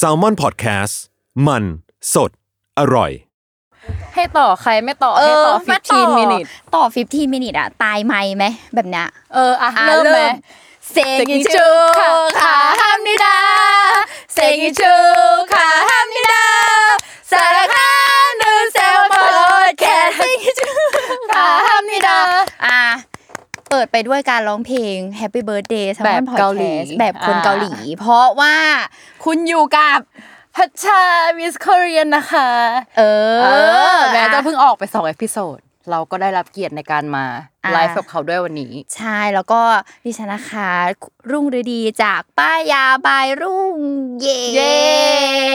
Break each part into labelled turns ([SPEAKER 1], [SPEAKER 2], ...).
[SPEAKER 1] s a l m o n PODCAST มันสดอร่อย
[SPEAKER 2] ให้ต่อใครไม่ต่อให้ต่อ
[SPEAKER 3] มา
[SPEAKER 2] 15 minute
[SPEAKER 3] ต่อ 15 minute อะตายไหมไหมแบบเนี้ย
[SPEAKER 2] เอออ่ะ
[SPEAKER 3] อ่ะ
[SPEAKER 2] เริ่มไหม
[SPEAKER 3] เซกิจูค่ะฮามนิดาเซกิจูค่ะฮามนิดาสารคานูเซลพอลดแคสเซกิจูค่ะฮามนิดาอ่ะเปิดไปด้วยการร้องเพลง Happy Birthday
[SPEAKER 2] แบบเกาหลี
[SPEAKER 3] Salmon Podcast แบบคนเกาหลี เพราะว่า
[SPEAKER 2] คุณอยู่กับพัชชามิส s ค o เรียนนะคะ
[SPEAKER 3] เออ
[SPEAKER 2] เออ แม้จะเพิ่งออกไปสองเอพิโซด เราก็ได้รับเกียรติในการมา
[SPEAKER 3] อ่ะ
[SPEAKER 2] ไลฟ์กับเขาด้วยวันนี้
[SPEAKER 3] ใช่แล้วก็ดิฉันนะคะรุ่งฤดีจากป้ายาบายรุ่งเย่
[SPEAKER 2] เย่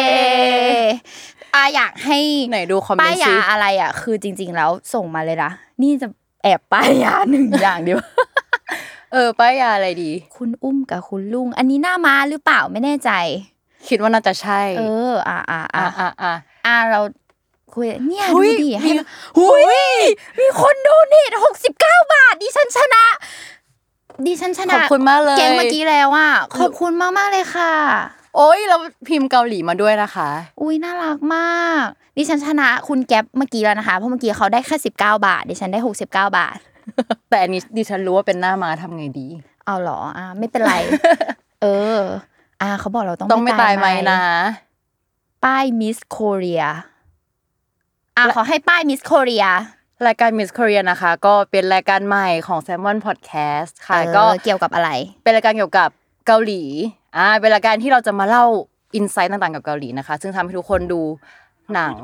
[SPEAKER 3] อาอยากให้
[SPEAKER 2] ไหนดูคอมเม
[SPEAKER 3] ป้าน
[SPEAKER 2] ต์
[SPEAKER 3] ยา
[SPEAKER 2] ซิ
[SPEAKER 3] อะไรอ่ะ คือจริง ๆ แล้วส่งมาเลยนะนี่จะแอบป้ายาหนึ่งอย่าง เดียว
[SPEAKER 2] เออป้ายาอะไรดี
[SPEAKER 3] คุณอุ้มกับคุณลุง อันนี้หน้ามาหรือเปล่าไม่แน่ใจ
[SPEAKER 2] คิดว่าน่าจะใช่
[SPEAKER 3] เออ อ่าอ่าอ่า
[SPEAKER 2] อ่ะอ่ะอ่ะ
[SPEAKER 3] อ่าเราคุยเนี่ย
[SPEAKER 2] หุ้
[SPEAKER 3] ดู
[SPEAKER 2] ย
[SPEAKER 3] ดิให้
[SPEAKER 2] มี
[SPEAKER 3] มาหุยมีคนโดเนทหกสิบเก้าบาท ดิฉันชนะ ดิฉันชนะ
[SPEAKER 2] ขอบคุณมากเลย
[SPEAKER 3] แกงเมื่อกี้แล้วอ่ะขอบคุณมากมากๆเลยค่ะ
[SPEAKER 2] โอ้ยเราพิมพ์เกาหลีมาด้วยนะคะ
[SPEAKER 3] อุ้ยน่ารักมาก ดิฉันชนะคุณแก๊ปเมื่อกี้แล้วนะคะ เพราะเมื่อกี้เขาได้แค่สิบเก้าบาท ดิฉันได้หกสิบเก้าบาท
[SPEAKER 2] แต่อันนี้ดิฉันรู้ว่าเป็นหน้ามาทำไงดี
[SPEAKER 3] เอาเหรออ่าไม่ เป็นไร เออ อ่าเขาบอกเราต้อง
[SPEAKER 2] ต้องไม่ตายไหมนะ
[SPEAKER 3] ป้ายมิสโคเรียอ่าขอให้ป้ายมิสโคเรีย
[SPEAKER 2] รายการ Miss Korea นะคะ ก็เป็นรายการใหม่ของ Salmon Podcast ค่ะ
[SPEAKER 3] เออ
[SPEAKER 2] ก็
[SPEAKER 3] เกี่ยวกับอะไร
[SPEAKER 2] เป็นรายการเกี่ยวกับเกาหลีอ่าเป็นรายการที่เราจะมาเล่าอินไซต์ต่างๆกับเกาหลีนะคะ ซึ่งทำให้ทุกคนดูหนัง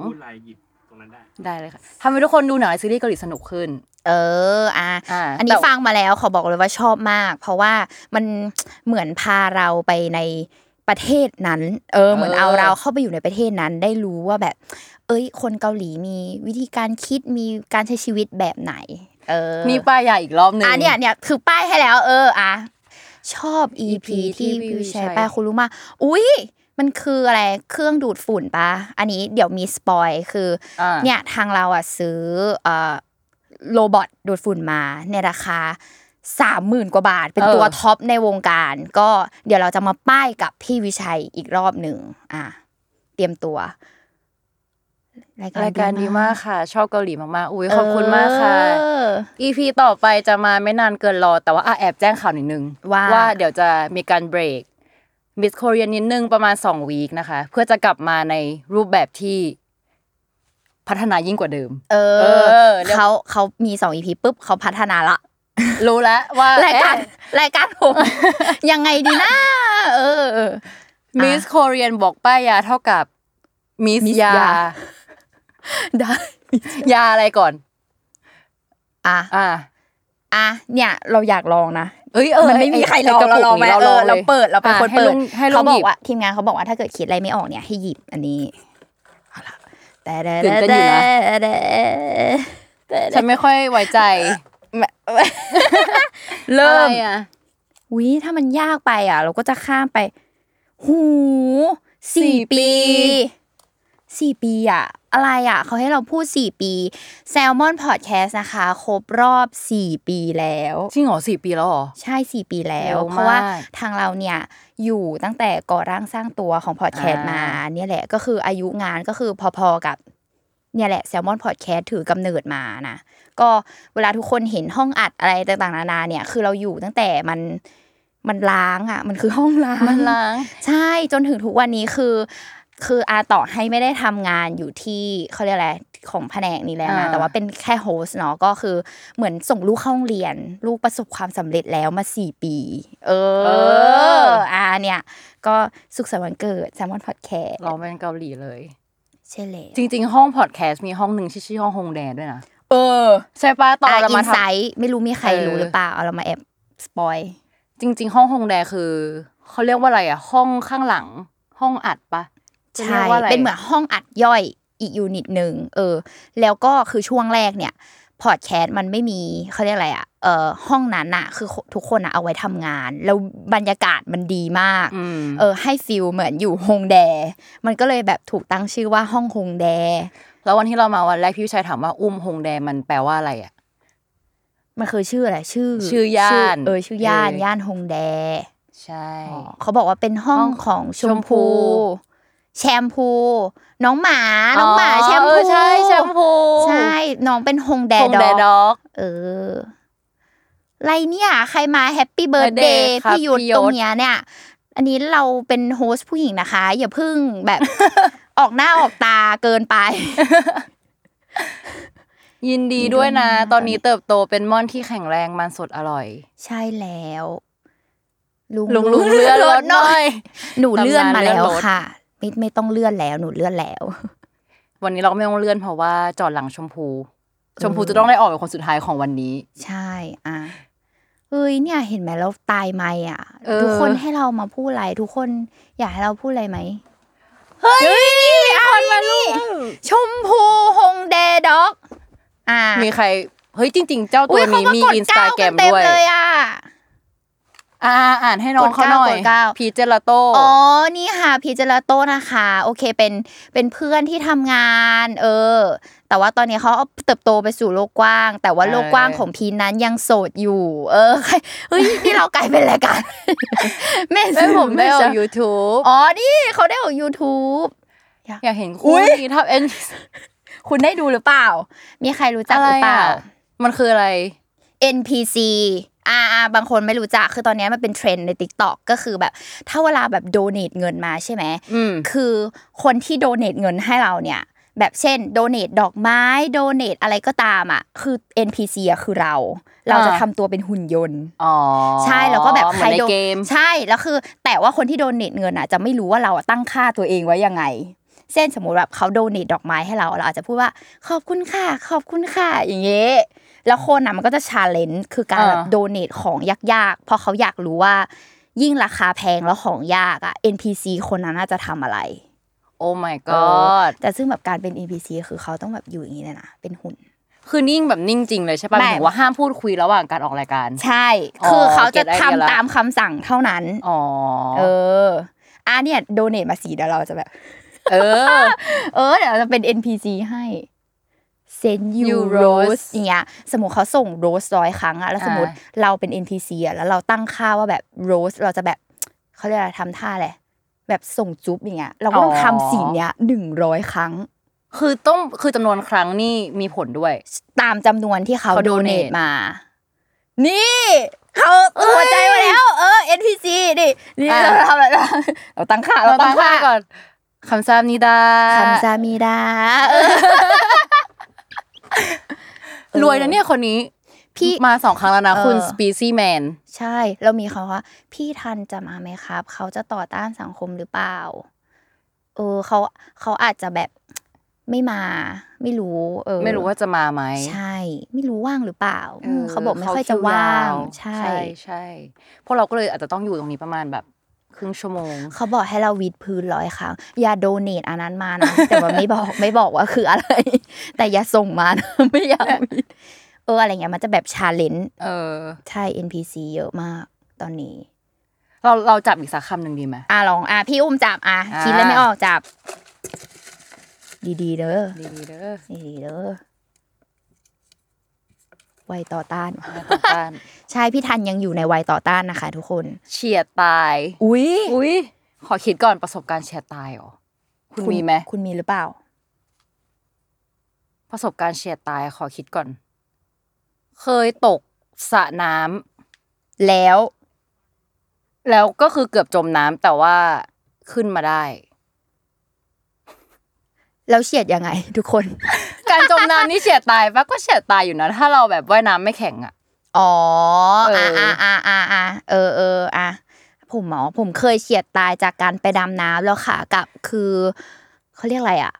[SPEAKER 2] ได้เลยค่ะทำให้ทุกคนดูหนังและซีรีส์เกาหลีสนุกขึ้น
[SPEAKER 3] เอออ่า
[SPEAKER 2] อ่า
[SPEAKER 3] อันนี้
[SPEAKER 2] แต่
[SPEAKER 3] ฟังมาแล้วขอบอกเลยว่าชอบมาก เพราะว่ามันเหมือนพาเราไปในประเทศนั้น เออ เหมือน
[SPEAKER 2] เออ
[SPEAKER 3] เอาเราเข้าไปอยู่ในประเทศนั้นได้รู้ว่าแบบ เอ้ย คนเกาหลีมีวิธีการคิดมีการใช้ชีวิตแบบไหน เออ
[SPEAKER 2] นี่ป้ายยาอีกรอบหนึ่ง
[SPEAKER 3] อ่ะเนี่ยเนี่ยคือป้ายให้แล้ว เอออ่ะชอบ EP ที่
[SPEAKER 2] ที่
[SPEAKER 3] วิ
[SPEAKER 2] วิ
[SPEAKER 3] วใช้
[SPEAKER 2] วใช้
[SPEAKER 3] ป้ายคุณรู้มา อุ้ยมันคืออะไรเครื่องดูดฝุ่นปะอันนี้เดี๋ยวมีสปอยคือ
[SPEAKER 2] อ่า
[SPEAKER 3] เนี่ยทางเราอ่ะซื้อเอ่อโรบอทดูดฝุ่นมาในราคาสามหมื่นกว่าบาท เป็นตัวท็อปในวงการ ก็เดี๋ยวเราจะมาป้ายกับพี่วิชัยอีกรอบหนึ่งอ่ะเตรียมตัว
[SPEAKER 2] รายการดีมากค่ะ ชอบเกาหลีมากๆอุ้ยขอบคุณมากค่ะ
[SPEAKER 3] เออ
[SPEAKER 2] EP ต่อไปจะมาไม่นานเกินรอ แต่ว่าอ่ะแอบแจ้งข่าวนิดนึง
[SPEAKER 3] ว่า
[SPEAKER 2] เดี๋ยวจะมีการเบรก มิสโคเรียนนิดนึงประมาณ 2 วีคนะคะ เพื่อจะกลับมาในรูปแบบที่พัฒนายิ่งกว่าเดิม
[SPEAKER 3] เอ
[SPEAKER 2] เอ
[SPEAKER 3] อ
[SPEAKER 2] อเดี๋ยว
[SPEAKER 3] เขาเขามีสองอีพีปุ๊บเขาพัฒนาละ
[SPEAKER 2] รู้แล้วว่าร
[SPEAKER 3] าย การรายการ ผมยังไงดีนะเออ
[SPEAKER 2] มิสโคเรียนบอกป้ายยาเท่ากับมิส
[SPEAKER 3] Miss
[SPEAKER 2] ยา
[SPEAKER 3] ยา ได้
[SPEAKER 2] ยาอะไรก่อน
[SPEAKER 3] อ่ะ
[SPEAKER 2] อ่า
[SPEAKER 3] อ่ะเนี่ยเราอยากลองนะ
[SPEAKER 2] เอ้ยเออ
[SPEAKER 3] มันไม่มีใครลอง
[SPEAKER 2] กะ
[SPEAKER 3] เรา
[SPEAKER 2] ปุก
[SPEAKER 3] ลองไหม
[SPEAKER 2] นี้
[SPEAKER 3] เออเรา
[SPEAKER 2] ลย
[SPEAKER 3] เปิดเราเป็น
[SPEAKER 2] อ่ะ
[SPEAKER 3] คนเปิด
[SPEAKER 2] ให้ลุงให้ลุ
[SPEAKER 3] เขา
[SPEAKER 2] งห
[SPEAKER 3] บอ
[SPEAKER 2] ยิ
[SPEAKER 3] ก
[SPEAKER 2] บ
[SPEAKER 3] ว่าทีมงานเขาบอกว่าถ้าเกิดคิดอะไรไม่ออกเนี่ยให้หยิบอันนี้เอาล่ะแต่แต่
[SPEAKER 2] ตื่นเต้นอยู่นะ
[SPEAKER 3] แต่แต่แต่
[SPEAKER 2] ฉันไม่ค่อยไว้ใจ
[SPEAKER 3] เริ่ม
[SPEAKER 2] อะไรอ่ะ
[SPEAKER 3] วิถ้ามันยากไปอ่ะ เราก็จะข้ามไป หูสี่ปีสี่ปีอ่ะ อะไรอ่ะ เขาให้เราพูดสี่ปีแซลมอนพอดแคสต์นะคะ ครบรอบสี่ปีแล้ว
[SPEAKER 2] จริงเหรอสี่ปีแล้วเหรอ
[SPEAKER 3] ใช่สี่ปีแล้ว
[SPEAKER 2] เร็วมาก
[SPEAKER 3] เพราะว่าทางเราเนี่ยอยู่ตั้งแต่ก่อร่างสร้างตัวของพอดแคสต์
[SPEAKER 2] อ่าม
[SPEAKER 3] มาเนี่ยแหละก็คืออายุงานก็คือพอๆกับเนี่ยแหละแซลมอนพอดแคสต์ถือกำเนิดมานะก็เวลาทุกคนเห็นห้องอัดอะไรต่างๆนานาเนี่ย คือเราอยู่ตั้งแต่มันมันล้างอ่ะ มันคือห้องล้าง
[SPEAKER 2] มันล้าง
[SPEAKER 3] ใช่จนถึงทุกวันนี้คือ คืออาต่อให้ไม่ได้ทำงานอยู่ที่เขาเรียกอะไรของแผนกนี้แล้วนะ
[SPEAKER 2] อ่า
[SPEAKER 3] แต่ว่าเป็นแค่โฮสต์เนาะก็คือเหมือนส่งลูกเข้าโรงเรียน ลูกประสบความสำเร็จแล้วมาสี่ปี เอออาเนี่ย ก็สุขสันต์วันเกิดแซมมอนพอดแคส
[SPEAKER 2] เราเป็นเกาหลีเลย
[SPEAKER 3] ใช่เลย
[SPEAKER 2] จริง ๆ ห้องพอดแคสต์มีห้องหนึ่งที่ชื่อห้องฮงแดด้วยนะ
[SPEAKER 3] เออ
[SPEAKER 2] ใช่ปะตอนเรา
[SPEAKER 3] อิ
[SPEAKER 2] มาท
[SPEAKER 3] นไซต์ไม่รู้มีใครรู้หรือเปล่าเอาเรามาแอบสปอย
[SPEAKER 2] ำจริง ๆ ห้องฮงแดคือ เขาเรียกว่าอะไรอ่ะ ห้องข้างหลัง ห้องอัดปะจะรีย
[SPEAKER 3] ใช่
[SPEAKER 2] กว่าะไร
[SPEAKER 3] เป็นเหมือนห้องอัดย่อยอีกยูนิตหนึ่งเออ แล้วก็คือช่วงแรกเนี่ยพอดแคสต์มันไม่มีเขาเรียกอะไรอะเออห้องนั้นอะคือทุกคนอะเอาไว้ทำงาน แล้วบรรยากาศมันดีมาก
[SPEAKER 2] อืม
[SPEAKER 3] เออ ให้ฟิลเหมือนอยู่โฮงแด มันก็เลยแบบถูกตั้งชื่อว่าห้องโฮงแด
[SPEAKER 2] แล้ววันที่เรามาวันแรกพี่วิชัยถามว่าอุ้มหงแดงมันแปลว่าอะไรอ่ะ
[SPEAKER 3] มันคือชื่ออะไรชื่อ
[SPEAKER 2] ชื่อย่าน
[SPEAKER 3] ชื่เออชื่อย่าน
[SPEAKER 2] เออ
[SPEAKER 3] ย่านฮงแด
[SPEAKER 2] ใช่
[SPEAKER 3] อ๋อเขาบอกว่าเป็นห้อง
[SPEAKER 2] ห้อง
[SPEAKER 3] ของชม
[SPEAKER 2] ชมพู
[SPEAKER 3] พู แชมพู น้องหมาน้องหมาแชมพู
[SPEAKER 2] เออใช่แชมพู
[SPEAKER 3] ใช่น้องเป็นฮงแด
[SPEAKER 2] หงแด
[SPEAKER 3] ด
[SPEAKER 2] ด
[SPEAKER 3] อ
[SPEAKER 2] อ
[SPEAKER 3] ก
[SPEAKER 2] ก
[SPEAKER 3] เออไรเนี่ย ใครมาแฮปปี้เบิร์ดเด
[SPEAKER 2] Birthday
[SPEAKER 3] ย์
[SPEAKER 2] ครับ
[SPEAKER 3] พี่ยุทธ
[SPEAKER 2] พี่ยุทธ
[SPEAKER 3] ตรงเนี้ยเนี่ย อันนี้เราเป็นโฮสต์ผู้หญิงนะคะ อย่าเพึ่งแบบ ออกหน้าออกตาเกินไป
[SPEAKER 2] ยินดีด้วยนะ ตอนนี้เติบโตเป็นม่อนที่แข็งแรงมันสดอร่อย
[SPEAKER 3] ใช่แล้ว
[SPEAKER 2] ลุงลุงเลือรถหน่อย
[SPEAKER 3] หนูเลื่อน
[SPEAKER 2] ตำนา
[SPEAKER 3] มา
[SPEAKER 2] นเลื่อน
[SPEAKER 3] แล้ว
[SPEAKER 2] รถ
[SPEAKER 3] ค่ะ ไม่ไม่ต้องเลื่อนแล้วหนูเลื่อนแล้ว
[SPEAKER 2] วันนี้เราก็ไม่ต้องเลื่อนเพราะว่าจอดหลังชมพู ชมพูจะต้องได้ออกเป็นคนสุดท้ายของวันนี้
[SPEAKER 3] ใช่อ่ะเอ้ยเนี่ย เห็นไหมเราตายไหมอ่ะ
[SPEAKER 2] เออ
[SPEAKER 3] ทุกคนให้เรามาพูดอะไรทุกคนอยากให้เราพูดอะไรไหม
[SPEAKER 2] เฮ้ยคนมาลูก
[SPEAKER 3] ชมพูฮงเดด็อก อ่ะ
[SPEAKER 2] มีใคร เฮ้ยจริง ๆ เจ้าตั
[SPEAKER 3] อุ๊
[SPEAKER 2] วย
[SPEAKER 3] เขา
[SPEAKER 2] นี้
[SPEAKER 3] ก็
[SPEAKER 2] มี
[SPEAKER 3] กด
[SPEAKER 2] อินสตา
[SPEAKER 3] เก้า
[SPEAKER 2] แกร
[SPEAKER 3] กัน
[SPEAKER 2] ม
[SPEAKER 3] เต็ม
[SPEAKER 2] ด้วย
[SPEAKER 3] เลยอ่ะ
[SPEAKER 2] อ่าอ่านให้น้องเขาหน่อก ย
[SPEAKER 3] ดเก้ากดเก้า
[SPEAKER 2] พีเจลาโต้
[SPEAKER 3] อ๋อ นี่ค่ะพีเจลาโต้นะคะ โอเคเป็นเป็นเพื่อนที่ทำงาน เออ แต่ว่าตอนนี้เขาเอาเติบโตไปสู่โลกกว้าง แต่ว่า
[SPEAKER 2] เออ
[SPEAKER 3] โลกกว้างของพีนั้นยังโสดอยู่ เออ ใครเฮ้ยนี่เรากลายเป็นรายการ แม่
[SPEAKER 2] ไม่ผมได้ออก
[SPEAKER 3] ซื้
[SPEAKER 2] ยูทูบ
[SPEAKER 3] อ๋อ นี่เขาได้ออก YouTube
[SPEAKER 2] อยากเห็นคู่นี้ทับเอ็น
[SPEAKER 3] คุณได้ดูหรือเปล่า มีใครรู้จักหรือเปล่า
[SPEAKER 2] อะไรอะ มันคืออะไร
[SPEAKER 3] NPC อ่าอ่าบางคนไม่รู้จัก คือตอนนี้มันเป็นเทรนด์ใน TikTok ก็คือแบบ ถ้าเวลาแบบโดเน a เงินมาใช่ไหม
[SPEAKER 2] อืม
[SPEAKER 3] คือคนที่โดเน a เงินให้เราเนี่ย แบบเช่นโดเน a ดอกไม้โดเน a อะไรก็ตามอ่ะ คือ NPC อ่ะคือเรา เราจะ
[SPEAKER 2] อ่า
[SPEAKER 3] ทำตัวเป็นหุ่นยนต์
[SPEAKER 2] อ๋อ
[SPEAKER 3] ใช่แล้วก็แบบ
[SPEAKER 2] เห
[SPEAKER 3] ใค
[SPEAKER 2] มื
[SPEAKER 3] ร
[SPEAKER 2] อนใน
[SPEAKER 3] โดน
[SPEAKER 2] เกม
[SPEAKER 3] ใช่แล้วคือ แต่ว่าคนที่โดนเนตเงินอ่ะจะไม่รู้ว่าเราอะตั้งค่าตัวเองไว้ยังไง เช่นสมมติแบบเขาโดนเนตดอกไม้ให้เราเราอาจจะพูดว่าขอบคุณค่ะ ขอบคุณค่ะอย่างเงี้ยแล้วคนอ่ะมันก็จะชาเลนจ์คือการ
[SPEAKER 2] อ่า
[SPEAKER 3] แบบโดเนตของยากๆเพราะเขาอยากรู้ว่า ยิ่งราคาแพงแล้วของยากอ่ะ NPC คนนั้นน่าจะทำอะไร
[SPEAKER 2] โอ้ my
[SPEAKER 3] เอ
[SPEAKER 2] god
[SPEAKER 3] แต่ซึ่งแบบการเป็น NPC คือเขาต้องแบบอยู่อย่างนี้เลยนะเป็นหุ่น
[SPEAKER 2] คือนิ่งแบบนิ่งจริงเลยใช่ป่ะห
[SPEAKER 3] ไม่
[SPEAKER 2] มายถึงว่าห้ามพูดคุยระหว่างการออกรายการ
[SPEAKER 3] ใช่
[SPEAKER 2] อ๋อ
[SPEAKER 3] คือเขาจะ
[SPEAKER 2] เก็ตไอเดี
[SPEAKER 3] ทำ
[SPEAKER 2] ยละ
[SPEAKER 3] ตามคำสั่งเท่านั้น
[SPEAKER 2] อ๋อ
[SPEAKER 3] เออ อ่ะเนี่ยโดเนทมาสีเดี๋ยวเราจะแบบ
[SPEAKER 2] เออ
[SPEAKER 3] เออเดี๋ยวเราจะเป็น NPC ให้เซนยู
[SPEAKER 2] You
[SPEAKER 3] โรส
[SPEAKER 2] rose
[SPEAKER 3] อย่างเงี้ยสมมติเขาส่งโรสร้อยครั้งอะแล้วสมมติ
[SPEAKER 2] อ่
[SPEAKER 3] เราเป็น NPC อะแล้วเราตั้งค่าว่าแบบโรสเราจะแบบเขาเรียกอะไรทำท่าอะไรแบบส่งจุ๊บอย่างเงี้ยเราก็ต้องทำสิ่งเนี้ยหนึ่งร้อยครั้ง
[SPEAKER 2] คือต้องคือจำนวนครั้งนี่มีผลด้วย
[SPEAKER 3] ตามจำนวนที่เขา
[SPEAKER 2] เขา
[SPEAKER 3] โดเน
[SPEAKER 2] donate
[SPEAKER 3] ทมา นี่เขาหัวใจมาแล้ว เออ NPC ดินี่
[SPEAKER 2] อ่ะ
[SPEAKER 3] เราทำอะไรนะเราตั้งค่าเราตั้งค่า
[SPEAKER 2] ก่อนคำซามนิดา
[SPEAKER 3] คำซามีดาเออ
[SPEAKER 2] รวยนะเนี่ยคนนี้
[SPEAKER 3] พี่
[SPEAKER 2] มาสองครั้งแล้วนะ
[SPEAKER 3] เออ
[SPEAKER 2] คุณสปีซี่แมน
[SPEAKER 3] ใช่ เรามีคำว่า พี่ทันจะมาไหมครับ เขาจะต่อต้านสังคมหรือเปล่า เออเขาเขาอาจจะแบบไม่มา ไม่รู้ เออ
[SPEAKER 2] ไม่รู้ว่าจะมาไหม
[SPEAKER 3] ใช่ ไม่รู้ว่างหรือเปล่า
[SPEAKER 2] อ
[SPEAKER 3] ม
[SPEAKER 2] อ
[SPEAKER 3] เขาบอกไม่ค่อยจะว่าง
[SPEAKER 2] เขคิย
[SPEAKER 3] ใช่
[SPEAKER 2] ใช่ใช่พวกเราก็เลยอาจจะต้องอยู่ตรงนี้ประมาณแบบครึ่งชั่วโมง
[SPEAKER 3] เขาบอกให้เราวิดพื้นร้อยครั้งอย่าโดเนทอันนั้นมานะ แต่ว่าไม่บอกไม่บอกว่าคืออะไร แต่อย่าส่งมานะ ไม่อยากวิดเอออะไรเงี้ยมันจะแบบชาเลนจ์
[SPEAKER 2] เออ
[SPEAKER 3] ใช่ NPC เยอะมากตอนนี้
[SPEAKER 2] เราเราจับอีกสักคำหนึ่งดีไหม
[SPEAKER 3] อ่ะลองอ่ะพี่อุ้มจับอ่ะ
[SPEAKER 2] อ่ะ
[SPEAKER 3] คิดแล้วไม่ออกจับ ดีๆเด้อ
[SPEAKER 2] ดีๆเด้อ
[SPEAKER 3] ดีๆเด้อวัยต่อต้าน
[SPEAKER 2] มาต่อต้าน
[SPEAKER 3] ใช่พี่ทันยังอยู่ในวัยต่อต้านนะคะ ทุกคน
[SPEAKER 2] เฉียดตาย
[SPEAKER 3] อุ้ย
[SPEAKER 2] อุ้ยขอคิดก่อนประสบการณ์เฉียดตายเหรอ คุณมีไหม
[SPEAKER 3] คุณมีหรือเปล่า
[SPEAKER 2] ประสบการณ์เฉียดตายขอคิดก่อน เคยตกสระน้ำ
[SPEAKER 3] แล้ว
[SPEAKER 2] แล้วก็คือเกือบจมน้ำแต่ว่าขึ้นมาได้
[SPEAKER 3] แล้วเฉียดยัง ไง ทุกคน
[SPEAKER 2] การจมน้ำนี่เฉียดตายปะก็เฉียดตายอยู่นะถ้าเราแบบว่ายน้ำไม่แข็งอ่ะ
[SPEAKER 3] อ๋อ
[SPEAKER 2] เอ
[SPEAKER 3] อ่ะ
[SPEAKER 2] ออ่
[SPEAKER 3] อ่ะอ่ะอ่ะอ่ะเออเอออ่ะผมหมอผมเคยเฉียดตายจากการไปดำน้ำแล้วค่ะกลับคือเขาเรียกอะไรอ่ะ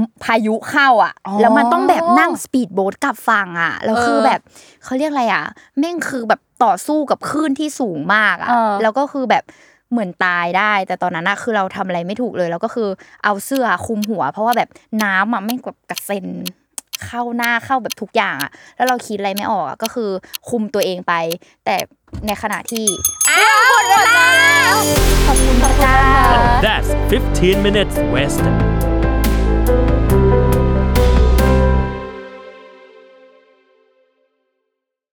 [SPEAKER 3] มพายุเข้าอ่ะ
[SPEAKER 2] อ๋อ
[SPEAKER 3] แล้วมันต้องแบบนั่งสปีดโบ๊ทกลับฝั่งอ่ะแล้วคือ
[SPEAKER 2] เออ
[SPEAKER 3] แบบเขาเรียกอะไรอ่ะแม่งคือแบบต่อสู้กับคลื่นที่สูงมากอ่ะ
[SPEAKER 2] เออ
[SPEAKER 3] แล้วก็คือแบบ เหมือนตายได้ แต่ตอนนั้นอะคือเราทำอะไรไม่ถูกเลยแล้วก็คือเอาเสื้อคลุมหัว เพราะว่าแบบน้ำอะไม่งแบบกระเซ็นเข้าหน้าเข้าแบบทุกอย่างอะแล้วเราคิดอะไรไม่ออกอะก็คือคุมตัวเองไป แต่ในขณะที่อ้าวหมดเวลาขอบคุณพระเจ้า
[SPEAKER 4] That's 15 minutes west.